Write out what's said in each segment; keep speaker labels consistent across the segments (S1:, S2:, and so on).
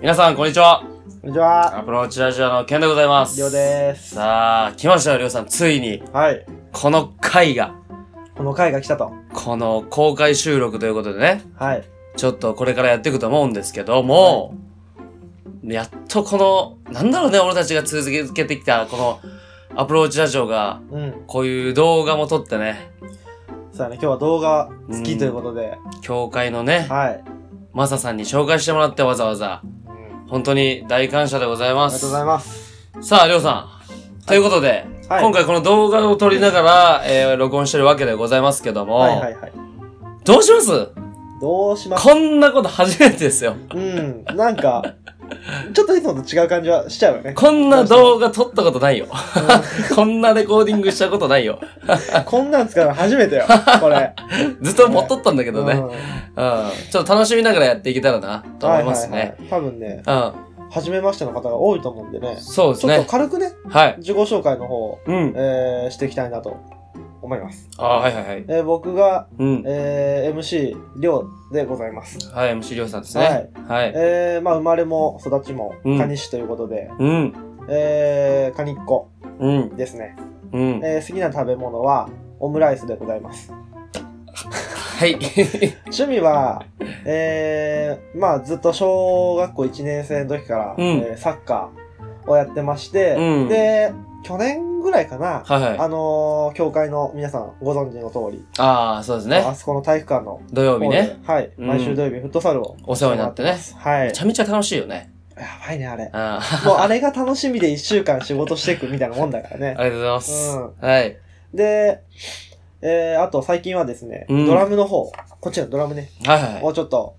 S1: 皆さん、こんにちは。
S2: こんにちは。
S1: アプローチラジオのケンでございます。
S2: りょうです。
S1: さあ、来ましたよ、りょうさん。ついに、
S2: はい。
S1: この回が、
S2: この回が来たと。
S1: この公開収録ということでね、
S2: はい。
S1: ちょっとこれからやっていくと思うんですけども、やっとこの、なんだろうね、俺たちが続けてきた、この、アプローチラジオが、
S2: うん。
S1: こういう動画も撮ってね、
S2: そうやね、今日は動画好きということで。
S1: 教会のね、
S2: はい。
S1: マサさんに紹介してもらってわざわざ、本当に大感謝でござい
S2: あ
S1: ま
S2: りが
S1: す。
S2: とうございます。
S1: さあ、りょうさん。ということで、
S2: はい
S1: 今回この動画を撮りながら、えー録音してるわけでございますけども、
S2: はいはいはい。
S1: どうします
S2: どうします
S1: こんなこと初めてですよ。
S2: うん。なん か、ちょっといつもと違う感じはしちゃうよ ね。
S1: こんな動画撮ったことないよ。 こんなレコーディングしたことないよ。
S2: こんなん使うの初めてよ。これ。
S1: ずっと持っとったんだけ
S2: け
S1: どね。うん。ちょっと楽しみながらやっていけたらな、と思いますね。
S2: 多分ね、
S1: うん。
S2: 初めましての方が多いと思うんでね。
S1: そうで
S2: ち
S1: す
S2: ょっと
S1: ね。
S2: 軽くね、
S1: はい。
S2: 自己紹介の方、
S1: うん。
S2: えー、していきたいなと思います。
S1: あはいはいはい。
S2: えー、僕が、
S1: うん。
S2: えー、MC、りょうでございます。
S1: はい、MC りょうさんですね。はい。
S2: えー、まあ生まれも育ちも
S1: うん
S2: 蟹市ということで、
S1: うん。
S2: えー、蟹っ子
S1: うん。
S2: ですね、
S1: うん。
S2: えー、好きな食べ物はオムライスでございます
S1: はい。
S2: 趣味は、えー、まあずっと小学校1年生の時から、
S1: うん
S2: えーサッカーをやってまして、
S1: うん
S2: で去年ぐらいかな、
S1: はいはい。
S2: あのー、教会の皆さんご存知の通り、
S1: ああ、そうですね
S2: あ。そこの体育館の
S1: 土曜日ね。
S2: 方ではい、
S1: うん
S2: 毎週土曜日フットサルを
S1: お世話になってね
S2: してもらってま
S1: めち
S2: す
S1: ゃめちゃ楽しいよね。
S2: はいやばいねあれ
S1: あー
S2: もうあれが楽しみで1週間仕事していくみたいなもんだからね
S1: ありがとうございます。
S2: うん
S1: はい。
S2: で、えー、あと最近はですね、
S1: うん
S2: ドラムの方、こっちのドラムね、
S1: はいはい
S2: もうちょっと、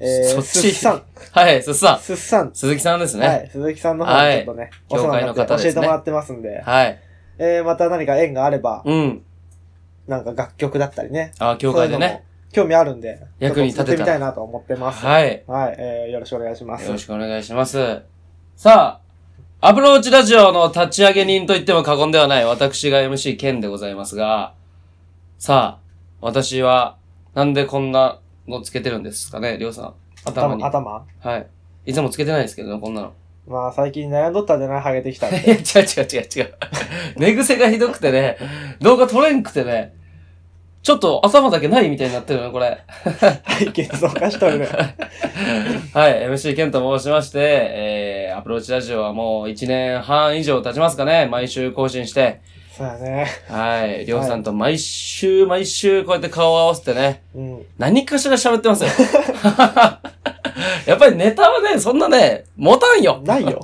S2: え
S1: そ
S2: ー、
S1: っ
S2: すっ
S1: ち
S2: さん、
S1: はい。はい、すさん。
S2: すっさん、
S1: 鈴木さんです
S2: は
S1: ね。
S2: い、鈴木さんの方にちょっとね、
S1: はい
S2: お世話になっ
S1: 業界の方
S2: て教
S1: で
S2: え
S1: す
S2: て
S1: ね
S2: もらってますんで、
S1: はい。
S2: えー、また何か縁があれば、
S1: うん。
S2: なんか楽曲だったりね、
S1: あー、教会で
S2: そういうの
S1: ね。
S2: も興味あるんで、
S1: 役に立てた
S2: ちょっと作ってみたいなと思ってます。。
S1: はいい。
S2: はい、えー、よろしくお願いします
S1: よ。ろしくお願いします。さあ、アプローチラジオの立ち上げ人と言っても過言ではない私が MC ケンでございますが、さあ、私は、なんでこんなのつけてるんですかね、りょうさん。頭に。
S2: 頭頭
S1: はい。いつもつけてないですけど、こんなの。
S2: まあ最近悩んどったんじゃないハゲ てきたん
S1: いや、
S2: で。
S1: 違う違う違う違う。 寝癖がひどくてね、動画撮れんくてね、ちょっと頭だけないみたいになってるのよ、これ。
S2: 背景増加しとるね。
S1: はい、MC ケンと申しまして、えー、アプローチラジオはもう1年半以上経ちますかね、毎週更新して、
S2: そうやね。
S1: はい、りょうさんと毎週毎週こうやって顔を合わせてね、
S2: うん。
S1: 何かしら喋って ますよ。やっぱりネタはね、そんなね、持たんよ。
S2: ないよ。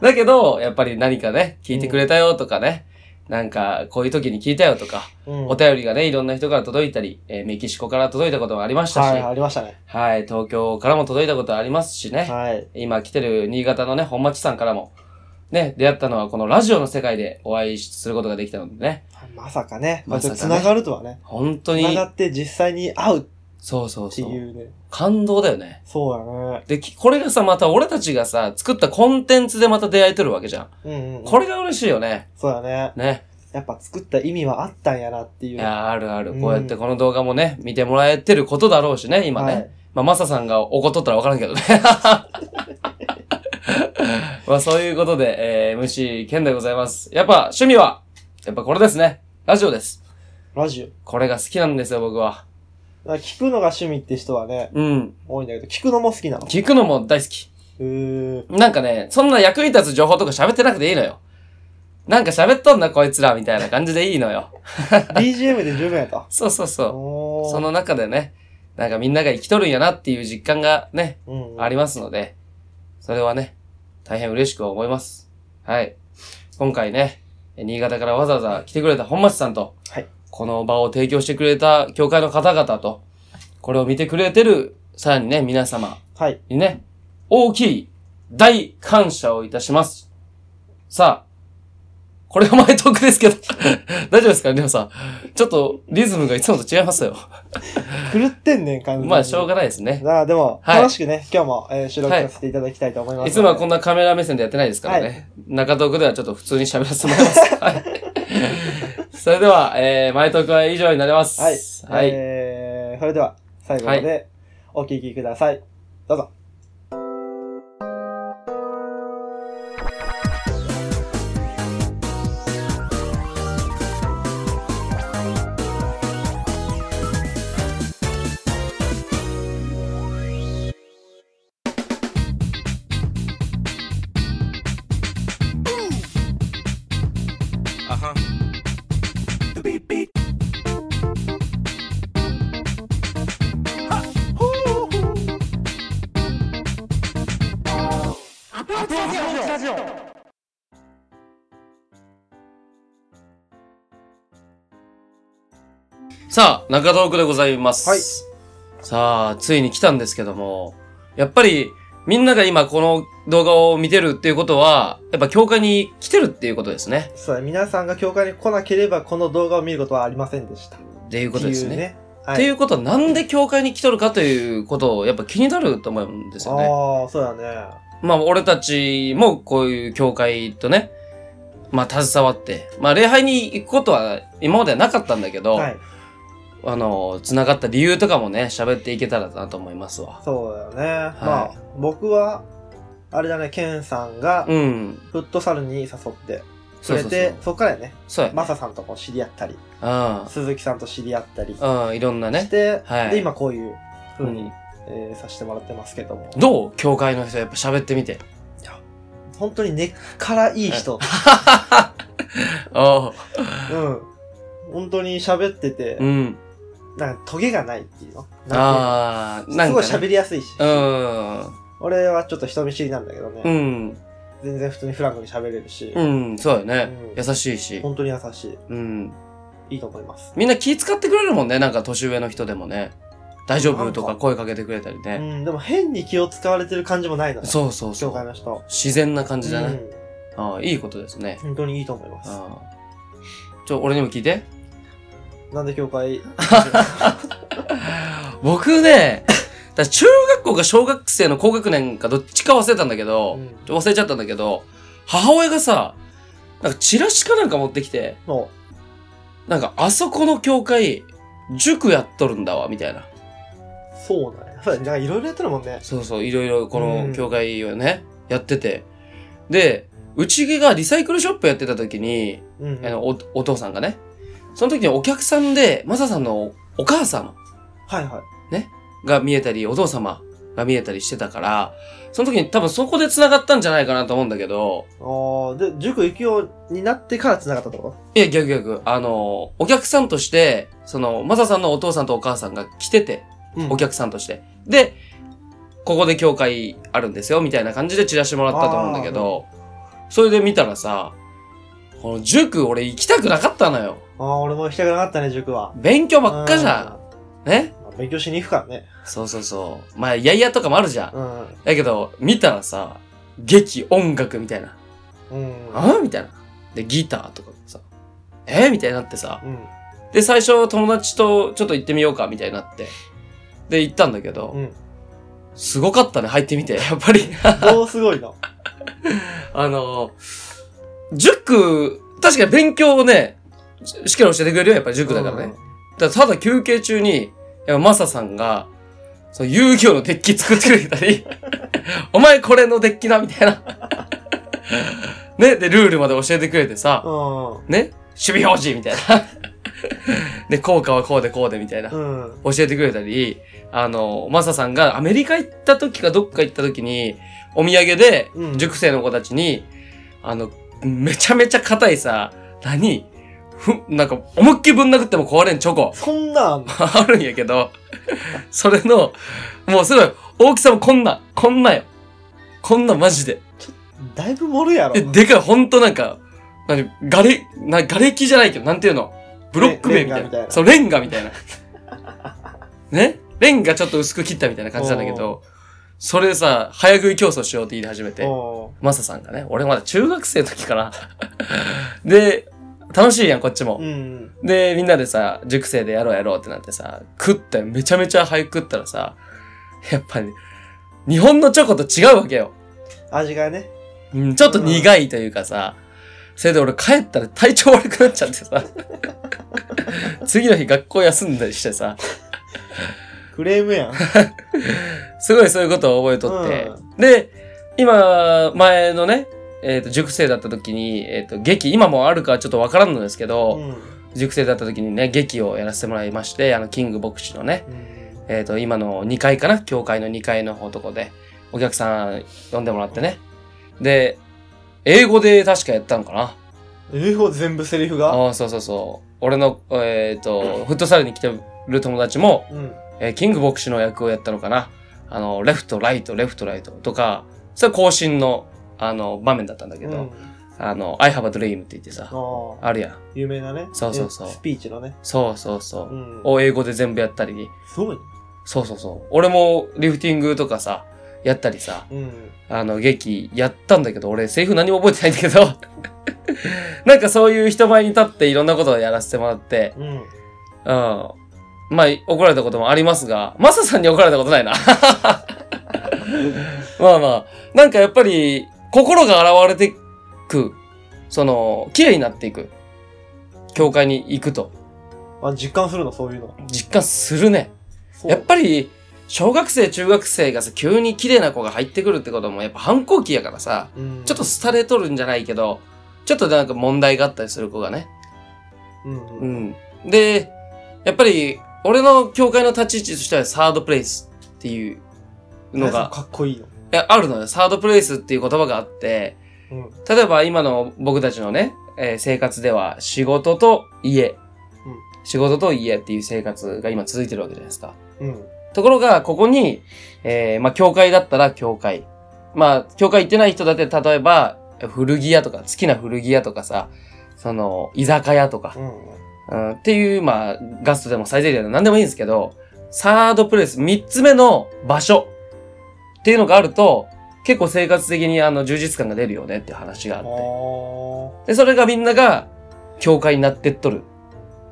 S1: だけど、やっぱり何かね、聞いてくれたよとかね、なんか、こういう時に聞いたよとか、
S2: うん。
S1: お便りがね、いろんな人から届いたり、えーメキシコから届いたこともありましたし、
S2: は
S1: はい
S2: い、、ありましたね。
S1: 東京からも届いたことありますしね、
S2: はい。
S1: 今来てる新潟のね、本町さんからも、ね、出会ったのはこのラジオの世界でお会いすることができたのでね、
S2: まさかね。ま
S1: ま
S2: あ、
S1: さ
S2: ち
S1: か
S2: ょ
S1: ね
S2: っと繋がるとはね。
S1: 本当
S2: 繋
S1: に
S2: が、って実際に会うっ
S1: そうそう
S2: て
S1: そ、
S2: いううね。
S1: 感動だよね。
S2: そうやね。
S1: で、きこれがさ、また俺たちがさ、作ったコンテンツでまた出会えてるわけじゃん。
S2: うんうん。
S1: これが嬉しいよね。
S2: そうやね。
S1: ね。
S2: やっぱ作った意味はあったんやなってい
S1: い
S2: う。
S1: やあるある。
S2: うん
S1: こうやってこの動画もね、見てもらえてることだろうしね、今ね。
S2: はい
S1: まあ、マサさんが怒っとったらわからんけどね。 まあ、そういうことで、えー、MC ケンでございます。やっぱ、趣味は、やっぱこれですね。ラジオです。
S2: ラジ
S1: これが好きなんですよ、僕は。
S2: オ。なんか聞くのが趣味って人はね、
S1: うん。
S2: 多いんだけど、聞くのも好きなの。
S1: 聞くのも大好き。
S2: うーん。
S1: なんかね、そんな役に立つ情報とか喋ってなくていいのよ。なんか喋っとんな、こいつら、みたいな感じでいいのよ。
S2: BGM で十分やった。
S1: そうそう そう。
S2: おー。
S1: その中でね、なんかみんなが生きとるんやなっていう実感がね、
S2: うん、
S1: ありますので、それはね、大変嬉しく思います。はい。今回ね、新潟からわざわざ来てくれた本町さんと、
S2: はい
S1: この場を提供してくれた教会の方々と、これを見てくれてる、さらにね、皆様
S2: はい。
S1: にね、大きい、大感謝をいたします。さあ、これが前トークですけど、 大丈夫ですかりょうさん。ちょっとリズムがいつもと違いますよ。
S2: 狂ってんねん、感じ。
S1: まあ、しょうが
S2: が
S1: ないですね。
S2: ああ、でも、
S1: はい
S2: 楽しくね、今日も、えー収録させていただきたいと思いますので、
S1: いつもはこんなカメラ目線でやってないですからね。中トークではちょっと普通に喋らせてもらいます。 はい。それでは、えー、前トークは以上になります。
S2: は
S1: は
S2: い。
S1: い。
S2: えー、それでは、最後まで、お聞きください。どうぞ。
S1: さあ、中東区でございます。
S2: はい
S1: さあ、ついに来たんですけども、やっぱり、みんなが今この動画を見てるっていうことは、やっぱ教会に来てるっていうことですね。
S2: そう皆さんが教会に来なければこの動画を見ることはありませんでした。
S1: っていうことですね。っていう,、
S2: はい。
S1: ことは、なんで教会に来とるかということを、やっぱ気になると思うんですよね。
S2: ああ、そうだね。
S1: まあ、俺たちもこういう教会とね、まあ、携わって、まあ、礼拝に行くことは今まではなかったんだけど、
S2: はい。
S1: あの、繋がった理由とかもね、喋っていけたらなと思いますわ。
S2: そうだよね。まあ
S1: い、
S2: 僕は、あれだね、ケンさんが
S1: う、ん。
S2: フットサルに誘ってく
S1: そう
S2: れ
S1: そう
S2: て、そっからやね、
S1: そう。そう
S2: マサさんとこう知り合ったり、
S1: や。
S2: 鈴木さんと知り合ったりし
S1: うん。うん、いろんなね。
S2: て、
S1: はい
S2: で、今こういう
S1: う
S2: 風に、
S1: ん、
S2: えーさせてもらってますけども。
S1: どう教会の人やっぱ喋ってみて。
S2: 本当に根っからいい人。
S1: ああ、
S2: うん。本当に喋ってて
S1: う、ん。
S2: なんかトゲがないっていうの。なん
S1: ああ、
S2: ていうの
S1: な
S2: す
S1: ん
S2: ご
S1: か、
S2: い喋
S1: ね。
S2: りやすいし。
S1: うん。
S2: 俺はちょっと人見知りなんだけどね。
S1: うん。
S2: 全然普通にフランクに喋れるし、
S1: うん。そうだよね。
S2: うん
S1: 優しいし。
S2: 本当に優し
S1: うん。
S2: い。いいと思います。
S1: みんな気使ってくれるもんね。なんか年上の人でもね。大丈夫と
S2: なん
S1: か
S2: か
S1: 声かけてくれたり
S2: う
S1: ね。
S2: ん、でも変に気を使われてる感じもないのよ。
S1: そうそうそ
S2: 教会
S1: う。
S2: の人。
S1: 自然な感じだね。
S2: うん
S1: ああ、いいことですね。
S2: 本当にいいと思います。
S1: ああ。ちょ、俺にも聞いて。
S2: なんで教会
S1: 僕ね、だから中学校か小学生の高学年かどっちか忘れたんだけ
S2: う
S1: ど、
S2: ん
S1: ちょ忘れちゃったんだけど、母親がさ、なんかチラシかなんか持ってきて、
S2: も
S1: なんかあそこの教会、塾やっとるんだわ、みたいな。
S2: う、そうなんや。そうだねなんかいろいろやってるもんね。
S1: そうそう、いろいろこ
S2: う
S1: の
S2: ん
S1: 教会をね、やってて。で、うちがリサイクルショップやってた時に、
S2: うん、
S1: あ
S2: は
S1: のおお父さんがね、その時にお客さんで、マサさんのお母様
S2: いはい。
S1: が見えたり、お父様が見えたりしてたから、その時に多分そこで繋がったんじゃないかなと思うんだけど、
S2: ああ、で、塾行くようになってから繋がったってこ
S1: いや、逆逆、あの、お客さんとして、その、マサさんのお父さんとお母さんが来てて、
S2: とうん。
S1: お客さんとして。で、ここで教会あるんですよ、みたいな感じでチラシもらったと思うんだけど、それで見たらさ、この塾俺行きたくなかったのよ。
S2: ああ、俺も行きたくなかったね、塾は。
S1: 勉強ばっかじゃん。ね
S2: うん。まあ勉強しに行くからね。
S1: そうそうそう。まあ、いやいやとかもあるじゃん。
S2: うん。
S1: だけど、見たらさ、劇、音楽みたいな。
S2: うん。
S1: あみたいな。で、ギターとかさ、えみたいになってさ。
S2: うん。
S1: で、最初友達とちょっと行ってみようか、みたいになって。で、行ったんだけど、
S2: うん。
S1: すごかったね、入ってみて。やっぱり、
S2: どうすごい の。
S1: あの、塾、確かに勉強をね、ししっかり教えてくれるよ、やっぱり塾だからね。だからただ休憩中に、やっぱマサさんが、その遊戯王のデッキ作ってくれたり、 お前これのデッキな、みたいな。 ね、で、ルールまで教えてくれてさ
S2: う、ん。
S1: ね、守備表示みたいな。 で、効果はこうでこうでみたいな。教
S2: うん。うん。
S1: えてくれたり、あの、マサさんがアメリカ行った時かどっか行った時に、お土産で
S2: うん
S1: 塾生の子たちに、あの、めちゃめちゃ硬いさ、何ふ、なんか、思いっきりぶん殴っても壊れんチョコ。
S2: そんなんあんの
S1: あるんやけど、それの、もうすごい、大きさもこんな、こんなよ。こんなマジで。
S2: だいぶ盛るやろ。
S1: で、でかい、ほんとなんか、なに、がれ、な、がれきじゃないけど、なんていうのブロック塀みたい
S2: レレンガみたい
S1: な。
S2: な
S1: そう、レンガみたいな。 ねレンガちょっと薄く切ったみたいな感じなんだけど、それでさ、早食い競争しようって言い始めて、
S2: うん
S1: マサさんがね、俺まだ中学生の時かな。 で、楽しいやん、こっちも。
S2: うん。
S1: で、みんなでさ、塾生でやろうやろうってなってさ、食ったよ。めちゃめちゃ早く食ったらさ、やっぱり、日本のチョコと違うわけよ。
S2: 味がね。
S1: うん、ちょっと苦いというかさ、それで俺帰ったら体調悪くなっちゃってさ、 次の日学校休んだりしてさ、
S2: クレームやん。
S1: すごいそういうことを覚えとって。で、今、前のね、えっ、と、塾生だった時に、えっ、と、劇、今もあるかちょっとわからんのですけど、
S2: うん。
S1: 塾生だった時にね、劇をやらせてもらいまして、あの、キング牧師のね、
S2: うん
S1: えっ、と、今の2階かな教会の2階の方とこで、お客さん呼んでもらってね。で、英語で確かやったのかな
S2: 英語全部セリフが
S1: ああ、そうそうそう。俺の、えっ、と、フットサルに来てる友達も、
S2: うん。
S1: えーキング牧師の役をやったのかなあの、レフト、ライト、レフト、ライトとか、それは更新の、あの、場面だったんだけど、
S2: うん
S1: あの、I have a dream って言ってさ、
S2: ああ、
S1: あるやん。
S2: 有名なね。
S1: そうそうそう
S2: えスピーチのね。
S1: そうそうそうう。
S2: ん。
S1: を英語で全部やったり、
S2: すごいね。
S1: そうそうそう。俺もリフティングとかさ、やったりさ、
S2: うん。
S1: あの、劇やったんだけど、俺、セリフ何も覚えてないんだけど、 なんかそういう人前に立っていろんなことをやらせてもらって、
S2: う
S1: う
S2: ん。
S1: ん。まあ、怒られたこともありますが、マサさんに怒られたことないな。 まあまあ、なんかやっぱり、心が現れてく、その、綺麗になっていく、教会に行くと、
S2: あ、実感するの、そういうの。
S1: 実感するね。
S2: そう
S1: やっぱり、小学生、中学生がさ、急に綺麗な子が入ってくるってことも、やっぱ反抗期やからさ、
S2: うん
S1: ちょっと、廃れとるんじゃないけど、ちょっとなんか問題があったりする子がね。
S2: うん
S1: う
S2: うん。
S1: ん。で、やっぱり、俺の教会の立ち位置としてはサードプレイスっていうの
S2: 何そ
S1: が、
S2: かっこいいの。
S1: いやあるのよ。サードプレイスっていう言葉があって、
S2: うん。
S1: 例えば今の僕たちのね、えー生活では仕事と家、
S2: うん
S1: 仕事と家っていう生活が今続いてるわけじゃないですか。
S2: うん。
S1: ところが、ここに、えーまあ、教会だったら教会。まあ、教会行ってない人だって、例えば、古着屋とか、好きな古着屋とかさ、その、居酒屋とか
S2: う、ん。
S1: うん、っていう、まあ、ガストでもサイゼリアでも何でもいいんですけど、サードプレイス、三つ目の場所っていうのがあると、結構生活的にあの充実感が出るよねっていう話があ
S2: あ
S1: って。
S2: ー
S1: で、それがみんなが教会になってっとる。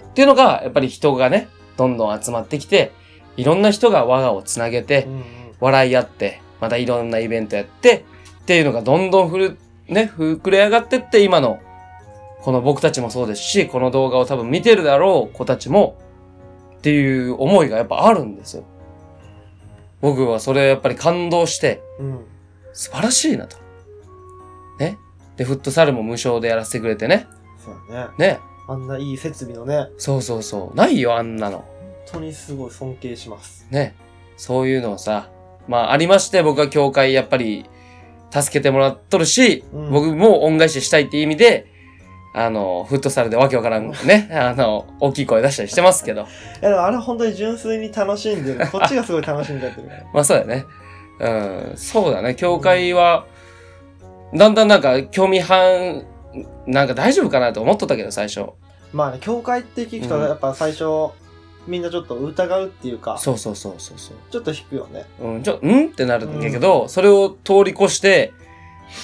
S1: っていうのが、やっぱり人がね、どんどん集まってきて、いろんな人が我がをつなげて
S2: う、んうん。
S1: 笑い合って、またいろんなイベントやって、っていうのがどんどんふる、ね、膨れ上がってって、今の、この僕たちもそうですし、この動画を多分見てるだろう子たちも、っていう思いがやっぱあるんですよ。僕はそれやっぱり感動して、
S2: うん。
S1: 素晴らしいなと。ね。で、フットサルも無償でやらせてくれてね。
S2: そうだね。
S1: ね。
S2: あんないい設備のね、
S1: そうそうそう。ないよ、あんなの。
S2: 本当にすごい尊敬します。
S1: ね。そういうのをさ、まあ、ありまして、僕は教会やっぱり、助けてもらっとるし、
S2: うん
S1: 僕も恩返ししたいっていう意味で、あの、フットサルでわけわからん ね、あの、大きい声出したりしてますけど。
S2: いや、でもあれ本当に純粋に楽し んでる。こっちがすごい楽しんじゃってるから。
S1: まあ、そうだね。うん、そうだね。教会は、だんだんなんか、興味半、なんか大丈夫かなと思っとったけど、最初。
S2: まあね、教会って聞くと、
S1: うん
S2: やっぱ最初、みんなちょっと疑うっていうか、
S1: そうそうそうそうそう。
S2: ちょっと引くよね。
S1: うん、ちょ、んってなるんだけど、それを通り越して、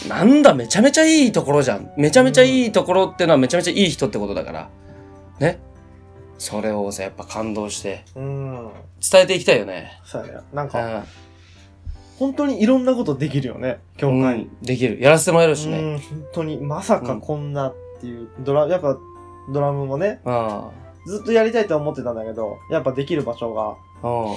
S1: なんだ、めちゃめちゃいいところじゃん。めちゃめちゃいいところってのはめちゃめちゃいい人ってことだから。ね。それをさ、やっぱ感動して、
S2: うん。
S1: 伝えていきたいよね。
S2: そうやね。なん
S1: う
S2: か、
S1: ん。
S2: 本当にいろんなことできるよね、教
S1: う
S2: 会。
S1: んできる。やらせてもらえるし
S2: う
S1: ね。
S2: ん、本当に、まさかこんなっていう、ドラ、やっぱ、ドラムもね、
S1: うん。うん。
S2: ずっとやりたいとは思ってたんだけど、やっぱできる場所が
S1: は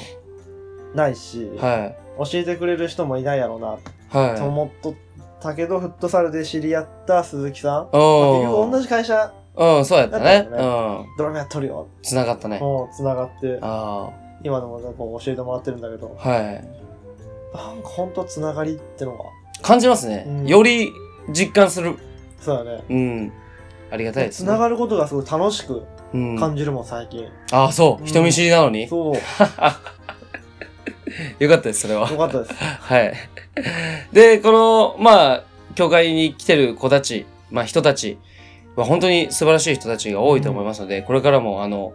S2: ないし、
S1: い。は
S2: 教えてくれる人もいないやろうな、
S1: い。
S2: と思っとったけど、フットサルで知り合った鈴木さん。まあ結
S1: う
S2: 局
S1: ん。
S2: 同じ会社、
S1: うん、そうやったね。
S2: だった
S1: うん。
S2: ドラムやっとるよ。
S1: つながったね。
S2: もう、繋がって、
S1: あ
S2: 今でもなんかこう教えてもらってるんだけど、
S1: あ。はい。
S2: なんかほんとつながりってのが、
S1: 感じます
S2: うん
S1: ね。より実感する。
S2: そうだね。
S1: うん。ありがたいです
S2: つ
S1: ね。
S2: ながることがすごい楽しく
S1: うん。
S2: 感じるもん、最近。
S1: ああ、そうう。
S2: ん
S1: 人見知りなのに。
S2: そう、よ
S1: よかったです、それは。
S2: かっ たです。
S1: はい。で、この、まあ、教会に来てる子たち、まあ人たちは本当に素晴らしい人たちが多いと思いますので、これからもあの、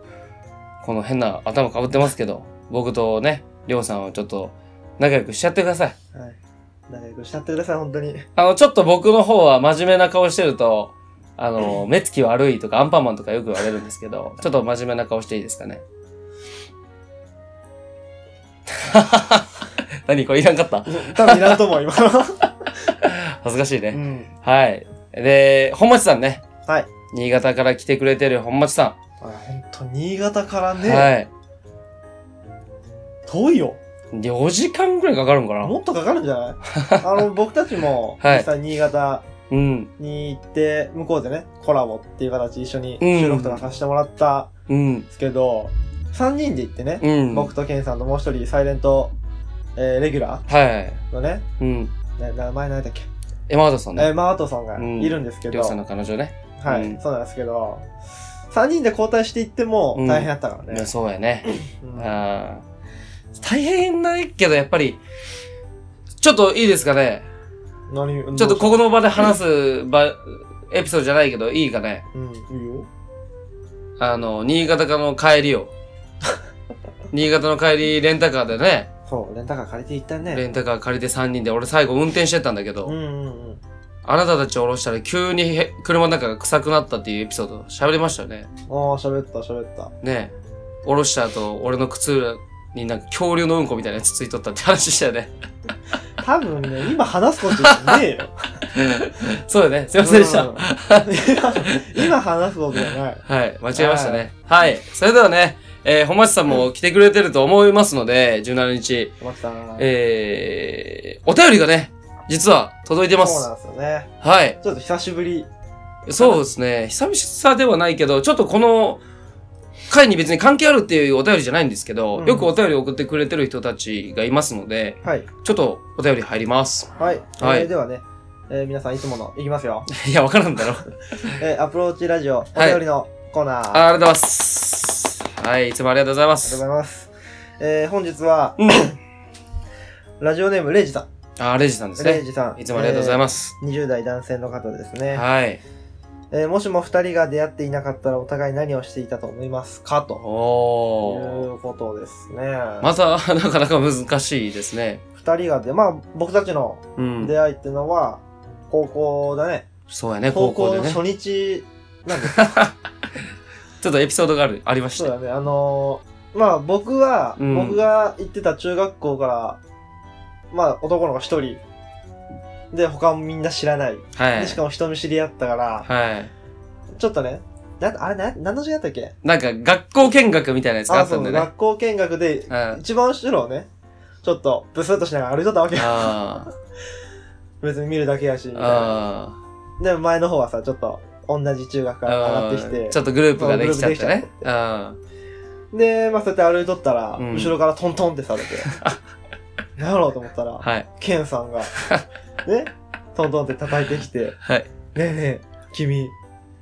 S1: この変な頭かぶってますけど、僕とね、りょうさんをちょっと仲良くしちゃってください。
S2: はい。仲良くしちゃってください、本当に。
S1: あの、ちょっと僕の方は真面目な顔してると、あの、目つき悪いとかアンパンマンとかよく言われるんですけど、ちょっと真面目な顔していいですかね。 何これいらんかった
S2: 多分いらん と思う、今。
S1: 恥ずかしいね。
S2: うん。
S1: はい。で、本町さんね。
S2: はい。
S1: 新潟から来てくれてる本町さ
S2: あ本当新潟から
S1: ん。
S2: ね、
S1: はい。
S2: 遠いよ。
S1: 4時間ぐらいかかるんかな
S2: もっとかかるんじゃないあの、僕たちも、
S1: はい
S2: 実際新潟
S1: うん。
S2: に行って、向こうでね、コラボっていう形一緒に
S1: うん
S2: 収録とかさせてもらった
S1: うん
S2: ん。ですけど、3人で行ってね、
S1: うん。
S2: 僕とケンさんともう一人、サイレント、えーレギュラ
S1: は
S2: ーのね、
S1: い。うん。
S2: ね名前何だっけ、
S1: エマワトソン
S2: え
S1: ね
S2: ー。マートさんが
S1: うん
S2: いるんですけ
S1: り
S2: ど、
S1: ょうさんの彼女ね。
S2: はい、
S1: うん
S2: そうなんですけど、3人で交代していっても
S1: うん
S2: 大変やったから
S1: い
S2: ね
S1: や、。そうやね。
S2: うん
S1: あー大変ないけど、やっぱり、ちょっといいですかね。
S2: 何
S1: ちょっとここの場で話す場、エピソードじゃないけど、いいかね。
S2: うん、いいよ。
S1: あの、新潟からの帰り を。新潟の帰り、レンタカーでね、
S2: そう、レンタカー借りて行った
S1: レ
S2: ね。
S1: ンタカー借りて3人で、俺最後運転してたんだけど、
S2: うんうんうん。
S1: あなたたちを降ろしたら急にへ車の中が臭くなったっていうエピソード喋りましたよね。
S2: ああ、喋った喋った。
S1: ねえ。降ろした後、俺の靴裏になんか恐竜のうんこみたいなやつついとったって話したよね。
S2: 多分ね、今話すことじゃねえよ。
S1: そうよね。すいませんでした。
S2: うん。今話すことじゃない。
S1: はい。間違えましたね。はい。それではね、えー、本町さんも来てくれてると思いますので、17日、
S2: 小牧さん。
S1: えー、お便りがね、実は届いてま
S2: そう
S1: す
S2: な。んですよね。
S1: はい。
S2: ちょっと久しぶり。
S1: そうですね。久々ではないけど、ちょっとこの回に別に関係あるっていうお便りじゃないんですけど、
S2: うん
S1: よくお便り送ってくれてる人たちがいますので、
S2: はい。
S1: ちょっとお便り入ります。
S2: はい。
S1: はい
S2: えーではね、えー皆さんいつもの、いきますよ。
S1: いや、わからん だろ。
S2: えーアプローチラジオ、お
S1: い
S2: 便りのコーナー。
S1: あありがとうございます。はい、いつもありがとうございま
S2: ありが
S1: す
S2: とう。ございます。えー本日は、ラジオネーム、レイジさん。
S1: あー、レイジさんです
S2: レイ
S1: ね。
S2: ジさん。
S1: いつもありがとうござい
S2: す。
S1: ます。
S2: 20代男性の方ですね。
S1: はい。
S2: えーもしも二人が出会っていなかったらお互い何をしていたと思いますかとい
S1: おー。
S2: うことですね。
S1: また、 なかなか難しいですね。
S2: 二人がで、まあ僕たちの
S1: うん。
S2: 出会いってのは、高校だね。
S1: そうやね、高
S2: 高校
S1: 校
S2: の
S1: でね。
S2: 初日な んです
S1: ちょっとエピソードがあるありまし
S2: そう
S1: て。
S2: だね、あのーまあ僕は、
S1: うん
S2: 僕が行ってた中学校から、まあ男の子一人、で、他もみんな知らない。
S1: は
S2: で
S1: い
S2: し。かも人見知りやったから、
S1: はい。
S2: ちょっとね、なあれ、な何の時間だったっけ
S1: なんか、学校見学みたいなやつがあ
S2: あ、
S1: った
S2: そ
S1: ん
S2: う、
S1: でね。
S2: 学校見学で、
S1: あ
S2: 一番後ろをね、ちょっとブスッとしながら歩いとったわけよ。
S1: あ
S2: 別に見るだけやし、み
S1: ー。
S2: たいな
S1: あ
S2: でも前の方はさ、ちょっと同じ中学
S1: あ
S2: から 上がってき
S1: うん
S2: て
S1: ちょ、っとグループができちゃって
S2: グル
S1: ね
S2: ープでき。
S1: あ
S2: で、まあそうやって歩いとったら、
S1: うん
S2: 後ろからトントンってされ て、なんやろうと思ったら
S1: あ。、はい。
S2: ケンさんが、ね、トントンって叩いてきて、
S1: はい。
S2: ねえねえ、君、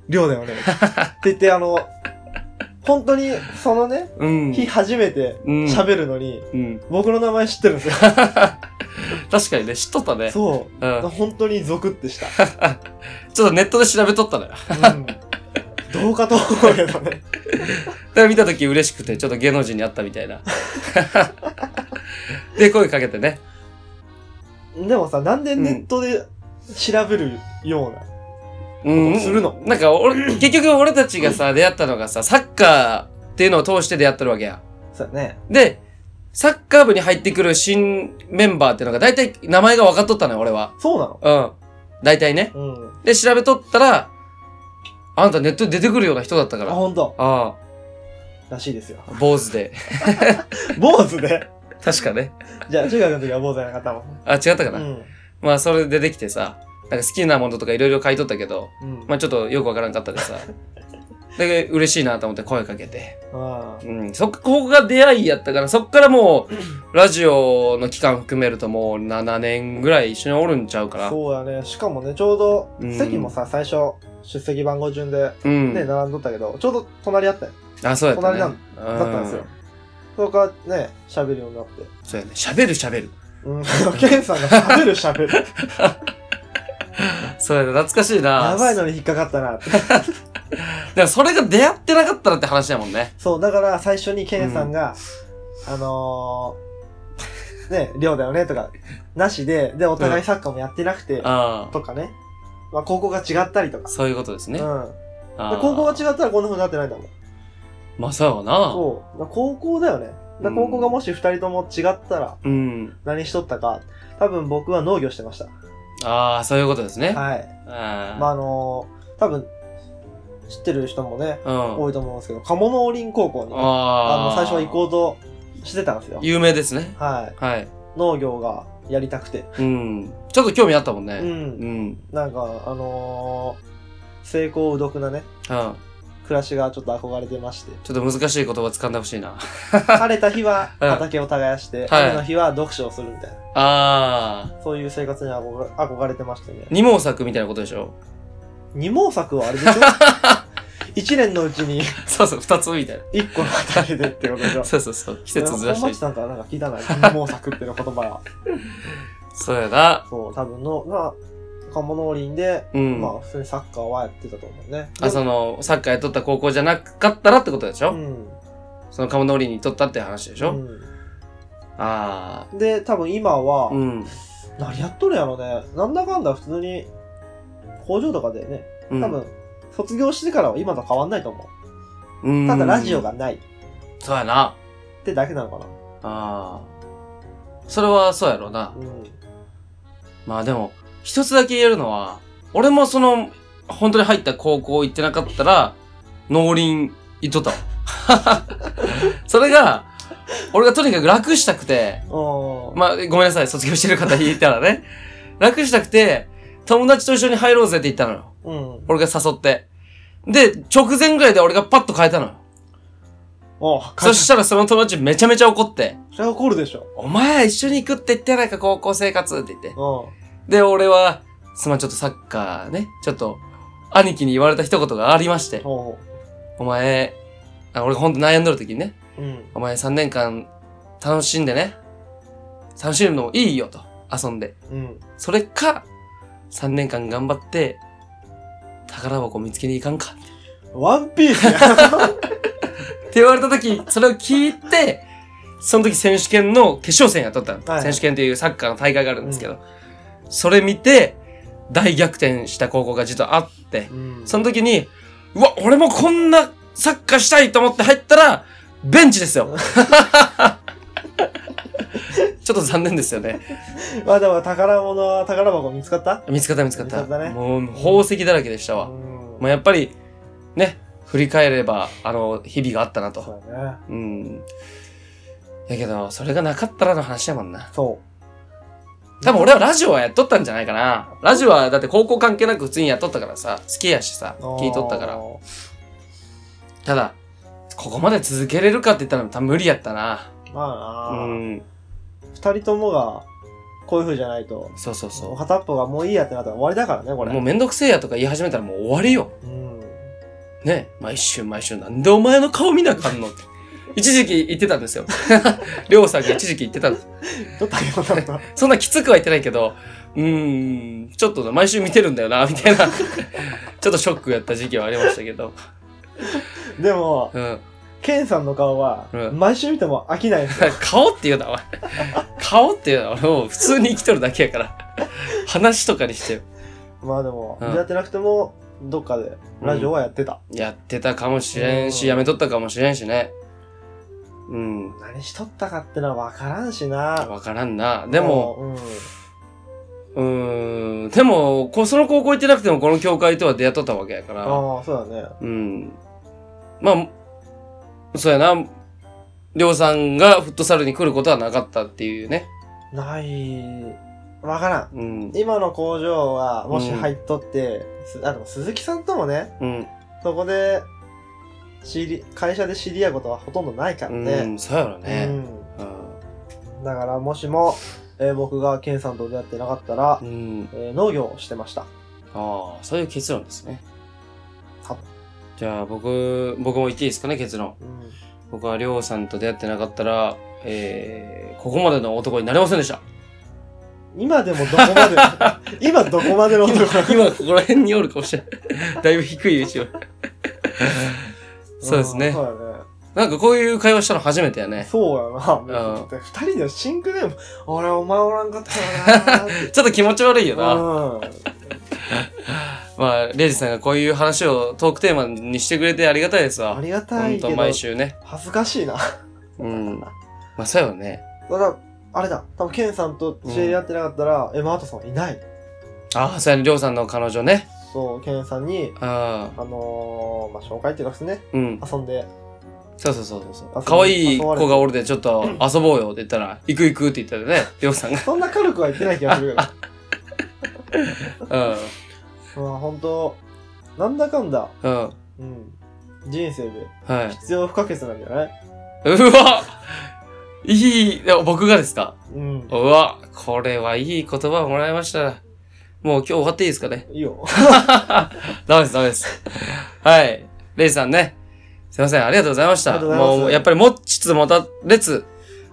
S2: りょうだよね。って言って、あの、本当に、そのね、
S1: うん。
S2: 日初めて
S1: うん。
S2: 喋るのに、
S1: うん。
S2: 僕の名前知ってるんですよ。
S1: 確かにね、知っとったね。
S2: そうう。
S1: ん。
S2: 本当にゾクってした。
S1: ちょっとネットで調べとったのよ。だか
S2: うんどうかと思うけ どね。
S1: ら見た時嬉しくて、ちょっと芸能人に会ったみたいな。 で、声かけてね。
S2: でもさ、なんでネットで調べるような。
S1: うん。
S2: するの
S1: なんか俺、結局俺たちがさ、出会ったのがさ、サッカーっていうのを通して出会ってるわけや。
S2: そうだね。
S1: で、サッカー部に入ってくる新メンバーっていうのが、大体名前が分かっとったのよ、俺は。
S2: そうなの
S1: うん。大体ね。
S2: うん。
S1: で、調べとったら、あんたネットで出てくるような人だったか
S2: あ、
S1: ら。あ
S2: ほんと。
S1: あ、
S2: らしいですよ。
S1: 坊主 で。
S2: 坊主で。
S1: 確かね。
S2: じゃあ、中学の時は坊主じゃなかったもん。
S1: あ、違ったかな。
S2: うん。
S1: まあ、それで出てきてさ、なんか好きなものとかいろいろ買い取ったけど、
S2: うん。
S1: まあちょっとよくわからんかったで さ。で、嬉しいなと思って声かけて。
S2: あ
S1: うん。そっか、ここが出会いやったから、そっからもう、ラジオの期間含めるともう7年ぐらい一緒におるんちゃうから。
S2: そうだね。しかもね、ちょうど
S1: うん
S2: 席もさ、最初、出席番号順で
S1: うん。
S2: ね、並んどったけど、ちょうど隣あったよ
S1: あ、そうやったね。
S2: 隣なんだったんですよ。そこからね、喋るようになって。
S1: うん。そうやね。喋る喋る。
S2: うん。 ケンさんが喋る喋 る。
S1: そうやね。懐かしいな。
S2: やばいのに引っかかったなって。
S1: でもそれが出会ってなかったらって話だもんね。
S2: そう、だから最初にケンさんが、あのー、ね、寮だよねとか、なしで、で、お互いサッカーもやってなくて、
S1: ああ。
S2: とかね。まあ、高校が違ったりとか。
S1: そういうことです
S2: うん。
S1: ね。
S2: で
S1: ああ
S2: 高校が違ったらこんな風になってないんだもん。
S1: まあ、そうやわな。
S2: そう。だから高校だよね。だから
S1: うん
S2: 高校がもし二人とも違ったら
S1: うん。
S2: 何しとったか、多分僕は農業してまし
S1: ああ、そういうことですね。
S2: た。はい。
S1: あ
S2: まあ、
S1: あ
S2: あのー多分、知ってる人もね、
S1: うん。
S2: 多いと思うんですけど、鴨農林高校に、
S1: あ
S2: あの、
S1: あ。
S2: 最初は行こうとしてたんですよ。
S1: 有名ですね。
S2: はい。
S1: はい。
S2: 農業がやりたくて。
S1: うん。ちょっと興味あったもん
S2: う。
S1: ね。うんん。
S2: なんか、あのー、成功うどくなね、
S1: うん。
S2: 暮らしがちょっと憧れて まして。
S1: ちょっと難しい言葉掴んでほしいな。
S2: 晴れた日は
S1: うん
S2: 畑を耕して、
S1: はい
S2: 雨の日は読書をするみたいな。
S1: ああ。
S2: そういう生活に憧れ憧れてましてね。
S1: 二毛作みたいなことでしょ
S2: 二毛作はあ れでしょ一年のうちに
S1: そうそう、二つみたい
S2: 一個の畑でってことでしょ
S1: な。そうそうそう。季節ず
S2: 本
S1: らして
S2: 町
S1: る。
S2: さんからなんか聞いたな、二毛作っていう言葉は。
S1: そうやな。
S2: そう、多分の、まあ、カモ農林で、
S1: うん。
S2: まあ普通にサッカーはやってたと思うね。
S1: あ、その、サッカーやっとった高校じゃなかったらってことでしょ、
S2: うん。
S1: その鴨通りにとったって話でしょ、あ
S2: うんで、多分今は、
S1: あ。うん。
S2: 何やっとるやろね。なんだかんだ普通に、工場とかでね、
S1: うん
S2: 多分、、卒業してからは今と変わんないと思
S1: うん
S2: う。ただラジオ。がないっ
S1: そうやな。
S2: てだけなのかな。
S1: ああ。それはそうやろうな。
S2: う
S1: まあでも、一つだけ言えるのは、俺もその、本当に入った高校行ってなかったら、農林行っとったわ。 それが、俺がとにかく楽したくて、
S2: ん。うん。
S1: まあ、ごめんなさい、卒業してる方言ったらね。 楽したくて、友達と一緒に入ろうぜって言ったのよ。
S2: うん。
S1: 俺が誘って。で、直前ぐらいで俺がパッと変えたのよ。
S2: お
S1: そ
S2: そ
S1: したらその友達めちゃめちゃ怒って、
S2: それは怒るでしょ。
S1: お前一緒に行くって言ってやないか、高校生活って言って。
S2: う
S1: で、俺は、すまん、ちょっとサッカーね、ちょっと、兄貴に言われた一言がありまして
S2: ん。、おう
S1: お前、あ俺がほんと悩んどる時にね、
S2: うん。
S1: お前3年間楽しんでね、楽しむのもいいよと、遊んで。
S2: うん。
S1: それか、3年間頑張って、宝箱見つけに行かんか。
S2: ワンピース や。
S1: って言われた時、それを聞いて、その時選手権の決勝戦やっとったの、
S2: はい
S1: 選手権というサッカーの大会があるんですけど、それ見て、大逆転した高校が実はあって、
S2: うん。
S1: その時に、うわ、俺もこんなサッカーしたいと思って入ったら、ベンチです よ。ちょっと残念ですよね。
S2: まあでも宝物は宝箱見つかった
S1: 見つかった見つかった。
S2: 見つかったね
S1: もう宝石だらけでしたわ。
S2: ん
S1: まあ、やっぱり、ね、振り返れば、あの、日々があったなと。
S2: そうだね。
S1: うん。やけど、それがなかったらの話やもんな。
S2: そう。
S1: 多分俺はラジオはやっとったんじゃないかな。ラジオはだって高校関係なく普通にやっとったからさ、好きやしさ、聞いとったから。
S2: う
S1: ただ、ここまで続けれるかって言ったら多分無理やったな。
S2: んまあ
S1: う
S2: な、
S1: ん。
S2: 二人ともが、こういう風じゃないと、
S1: そうそうそ
S2: 片っぽがもういいやってなったら終わりだからね、こ
S1: う。
S2: れ。
S1: もうめんどくせえやとか言い始めたらもう終わりよ。
S2: うん。
S1: ね。毎週毎週なんでお前の顔見なあかんのって。一時期言ってたんですよ。 りょうさんが一時期言ってたんです
S2: ちょっと大変だな。
S1: そんなきつくは言ってないけど、うーん、ちょっとな毎週見てるんだよな、み たいな。ちょっとショックやった時期はありましたけど。
S2: でも、
S1: うん。
S2: ケンさんの顔は
S1: う、ん
S2: 毎週見ても飽きないですよ。
S1: 顔って言うな、お前。顔って言うな、俺もう普通に生きとるだけやから。話とかにしてよ
S2: まあでも、
S1: うん
S2: やってなくても、どっかで、ラジオはやってた。
S1: やってたかもしれん
S2: う
S1: し、
S2: ん
S1: やめとったかもしれんしね。うん。
S2: 何しとったかってのは分からんしな。
S1: わからんな。でも、、
S2: うん。
S1: うーん、でも、こその高校行ってなくてもこの教会とは出会っとったわけやから。
S2: ああ、そうだね。
S1: うん。まあ、そうやな。りょうさんがフットサルに来ることはなかったっていうね。
S2: ない、分からん。
S1: うん。
S2: 今の工場は、もし入っとって、すあの、鈴木さんともね、
S1: うん。
S2: そこで、知り、会社で知り合うことはほとんどないから
S1: う
S2: ね。
S1: ん、そうやろね。
S2: うんだから、もしも、えー僕がケンさんと出会ってなかったら
S1: う、ん。うん
S2: えー農業をしてました。
S1: ああ、そういう結論ですね
S2: 多分。
S1: じゃあ僕、僕も言っていいですかね、結論。
S2: うん。
S1: 僕はりょうさんと出会ってなかったら、えー、ここまでの男になれませんで した。
S2: 今でもどこまで、 今どこまでの
S1: 今
S2: 男、
S1: 今ここら辺におるかもしれない。 だいぶ低い位 置を。そうです
S2: ん
S1: ね
S2: そ。うだね。
S1: なんかこういう会話したの初めてやね。
S2: そうや
S1: う
S2: な。
S1: ん
S2: だって二人でシンクでも、俺お前おらんかったよなーって
S1: ちょっと気持ち悪いよな。
S2: う
S1: まあ、レイジさんがこういう話をトークテーマにしてくれてありがたいです
S2: ん。あ
S1: わ。
S2: りがた
S1: 本
S2: いけ
S1: 当
S2: ど、
S1: 毎週ね。
S2: 恥ずかしいな。
S1: うん。まあ、そうよね。
S2: だから、あれだ。多分ケンさんと知り合ってなかったら、エマ・アトソンいない。
S1: ああ、そうやね。りょうさんの彼女ね。
S2: そう、ケンさんに、
S1: ああ、
S2: あのー、まあ、紹介っていうかですね、
S1: うん。
S2: 遊んで、
S1: そうそうそうそうそ
S2: あ
S1: う。可愛い
S2: 誘
S1: 子
S2: われて
S1: がおるで、ちょっと遊ぼうよって言ったら、行く行くって言ったらね、りょう さんが。
S2: そんな軽くは言ってない気がするけ
S1: うん。
S2: ど、まあ、本当なんだかんだ、
S1: うん。
S2: うん、人生で
S1: はい。
S2: 必要不可欠なんじゃないう
S1: わいい、でも僕がですか
S2: うん
S1: う。わこれはいい言葉をもらいました。もう今日終わっていいですかね
S2: いいよ。
S1: ダメです、ダメです。はい。レイさんね。すいません、ありがとうございました。
S2: ありがとうございます
S1: もう、やっぱり、持ちつ持たれつ、